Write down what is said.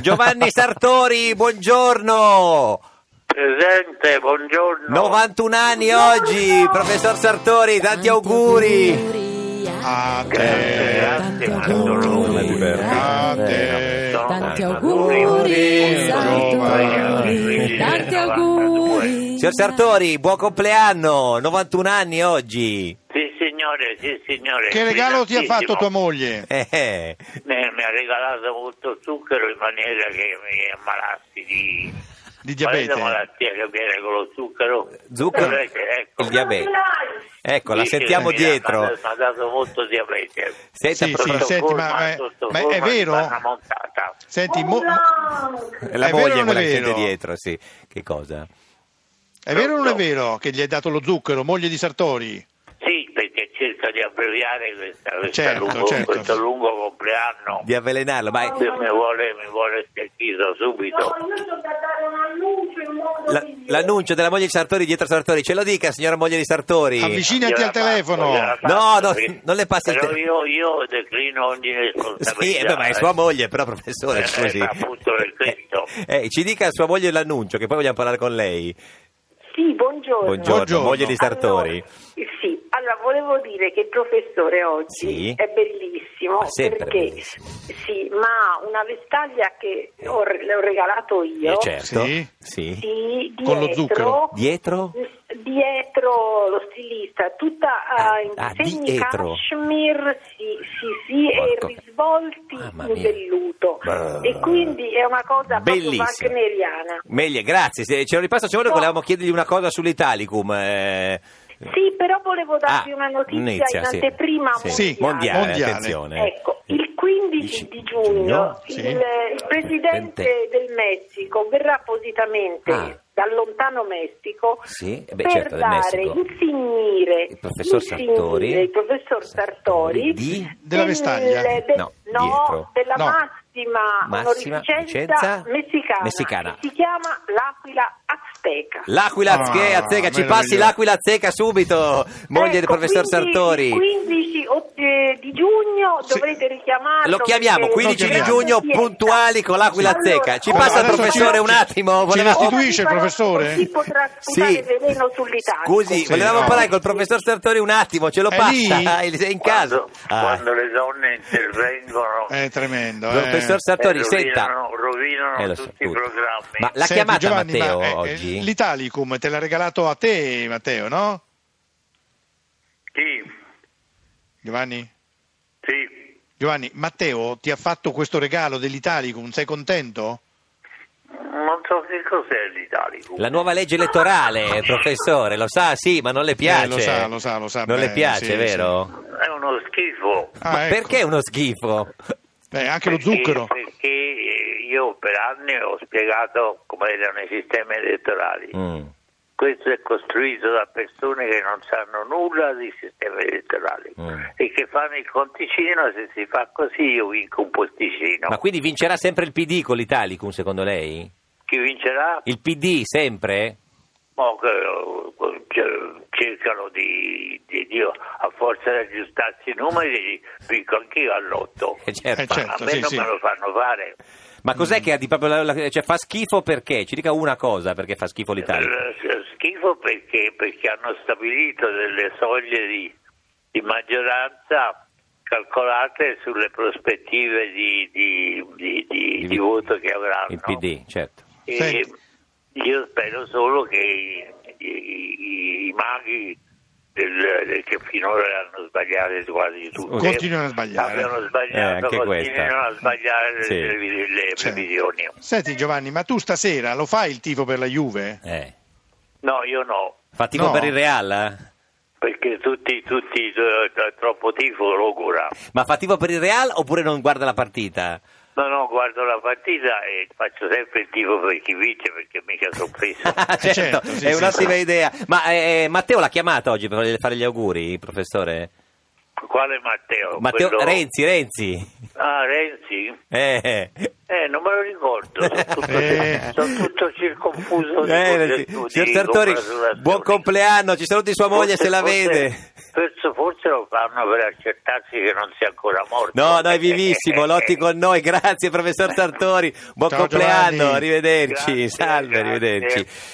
Giovanni Sartori, buongiorno. Presente, buongiorno. 91 anni oggi, professor Sartori, tanti auguri. A Grazie, te, Eh, grazie. Tanti tanto auguri. auguri. Tanti Eh, auguri. a te, No, Eh, Tanti no, auguri, no, Sartori. no, Tanti no, auguri. Signor Sartori, buon compleanno, 91 anni oggi. Sì signore, sì signore. Che regalo ti ha fatto tua Felicissimo. moglie? Eh, eh. Mi, mi ha regalato molto zucchero in maniera che mi ammalassi di... Di Qual è la diabete? malattia che viene con lo zucchero? Zucchero, Eh, ecco. il diabete. Ecco, la Dice che sentiamo mi ha- Mi dietro. ha dato molto diabete. Senta, Sì, prof- sì, senti, ma- Forma ma- sotto ma è forma di vero? panna montata. Senti, mo- la è moglie vero è o non è quella che siete vero? dietro, sì. Che cosa? è vero o non è vero che gli hai dato lo zucchero, moglie di Sartori? Sì, perché cerco di abbreviare questa- questa Certo, lungo- certo. questo lungo compleanno. Di avvelenarlo, ma è- Se mi vuole, mi vuole sentito subito. No, io sto per dare un annuncio in modo la- migliore. l'annuncio della moglie di Sartori dietro Sartori, ce lo dica, signora moglie di Sartori. Avvicinati al telefono. No, no, non le passi il Però te- io, io declino ogni Sì, responsabilità. eh, beh, ma è sua moglie, però professore, Eh, scusi. ma appunto per questo. Eh, ci dica sua moglie l'annuncio, che poi vogliamo parlare con lei. Sì, buongiorno. Buongiorno, Buongiorno. moglie di Sartori. Allora, sì, allora volevo dire che il professore oggi Sì. è bellissimo Ma sempre perché bellissimo. sì, ma una vestaglia che ho, le ho regalato io. Eh, certo. Sì. Sì. Sì, dietro, Con lo zucchero. Dietro? dietro lo stilista, tutta Ah, eh, in ah, segni dietro. cashmere, sì, sì, sì, Porco- Ah, e risvolti Mamma in mia. velluto. Brr. E quindi è una cosa Bellissimo. proprio wagneriana. Meglio, grazie. Se ce lo ripasso, se vuole, No. volevamo chiedergli una cosa sull'Italicum. eh. Sì, però volevo darvi Ah, una notizia inizia, in sì. anteprima Sì, Sì, mondiale. mondiale. attenzione. Ecco, il 15 di giugno giugno, il, sì. il presidente del Messico verrà appositamente Ah. dal lontano Messico Sì, eh beh, per certo, del dare, Messico. insignire Il professor insignire Sartori. il professor Sartori Di? Della del- vestaglia? de- No, no, dietro. della No. massima, Massima licenza onorificenza messicana, messicana. che si chiama l'Aquila Azteca. L'Aquila Ah, Azche- Azteca, ci meraviglioso. passi l'Aquila Azteca subito, moglie del Ecco, professor quindi Sartori. Il 15 o- eh, di giugno Sì. dovrete richiamarlo. Lo chiamiamo perché- 15 di Lo chiamiamo. giugno puntuali con l'Aquila Allora, Azteca. Ci ora- passa il Adesso professore ci- un attimo. ci volevamo- restituisce il professore? Si potrà sputare veleno sull'Italia. Scusi, Sì, volevamo no. parlare col professor Sartori un attimo, ce lo È passa lì? è in casa. Quando, Ah, quando le donne intervengono, È tremendo. eh. professor Sartori, eh, senta. Eh, rovinano- rovinano lo tutti i programmi. Ma l'ha Senti, chiamata Giovanni, ma, Matteo eh, eh, oggi? L'Italicum te l'ha regalato a te, Matteo, no? Sì, Giovanni? sì. Giovanni, Matteo ti ha fatto questo regalo dell'Italicum, sei contento? Non so che cos'è l'Italicum. La nuova legge elettorale, professore, lo sa, sì, ma non le piace. Eh, lo sa, lo sa, lo sa Non le bene, piace, sì, vero? È uno schifo. Ah, ma ecco. perché uno schifo? Eh, anche lo Perché- zucchero. Perché io per anni ho spiegato come erano i sistemi elettorali. Mm. Questo è costruito da persone che non sanno nulla di sistemi elettorali Mm. e che fanno il conticino. Se si fa così, io vinco un posticino. Ma quindi vincerà sempre il PD con l'Italicum, secondo lei? Chi vincerà? Il PD sempre? Mo che, eh, ce- cercano di, di, di- a forza di aggiustarsi i numeri, vinco anch'io all'otto. Eh, certo. Eh, certo. A me sì, non sì. me lo fanno fare. Ma cos'è che ha di proprio la- la- cioè fa schifo perché? Ci dica una cosa perché fa schifo l'Italicum. Eh, Schifo perché, perché hanno stabilito delle soglie di, di maggioranza calcolate sulle prospettive di, di- di- di- Il- di voto che avranno. Il PD, certo. E Senti. io spero solo che i, i- i maghi del- del- che finora hanno sbagliato quasi tutti Continuano a sbagliare. abbiano Eh, sbagliato anche questa. continuano a sbagliare le, Sì. previ- le Cioè, previsioni Senti Giovanni, ma tu stasera lo fai il tifo per la Juve? Eh. no io no Fa tipo No. per il Real? eh? Perché tutti, tutti eh, t- troppo tifo logora. Ma fa tipo per il Real oppure non guarda la partita? No, no, guardo la partita e faccio sempre il tifo per chi vince perché mica sono preso. certo, certo, sì, è sì, un'ottima sì. idea. Ma eh, Matteo l'ha chiamata oggi per farle- fare gli auguri, professore? Quale Matteo? Matteo Quello- Renzi, Renzi. Ah, Renzi? Eh. Eh, non me lo ricordo. Sono tutto, Eh. sono tutto circonfuso. di Eh, congettudi, Renzi. Signor Sartori, congratulazioni. buon compleanno, ci saluti sua moglie Forse- se la forse- vede. Forse, forse l'ho fanno per accertarsi che non sia ancora morto. No, no, è vivissimo, Lotti con noi, grazie professor Sartori, buon Ciao, compleanno, Giovanni. arrivederci, Grazie, salve, grazie. arrivederci.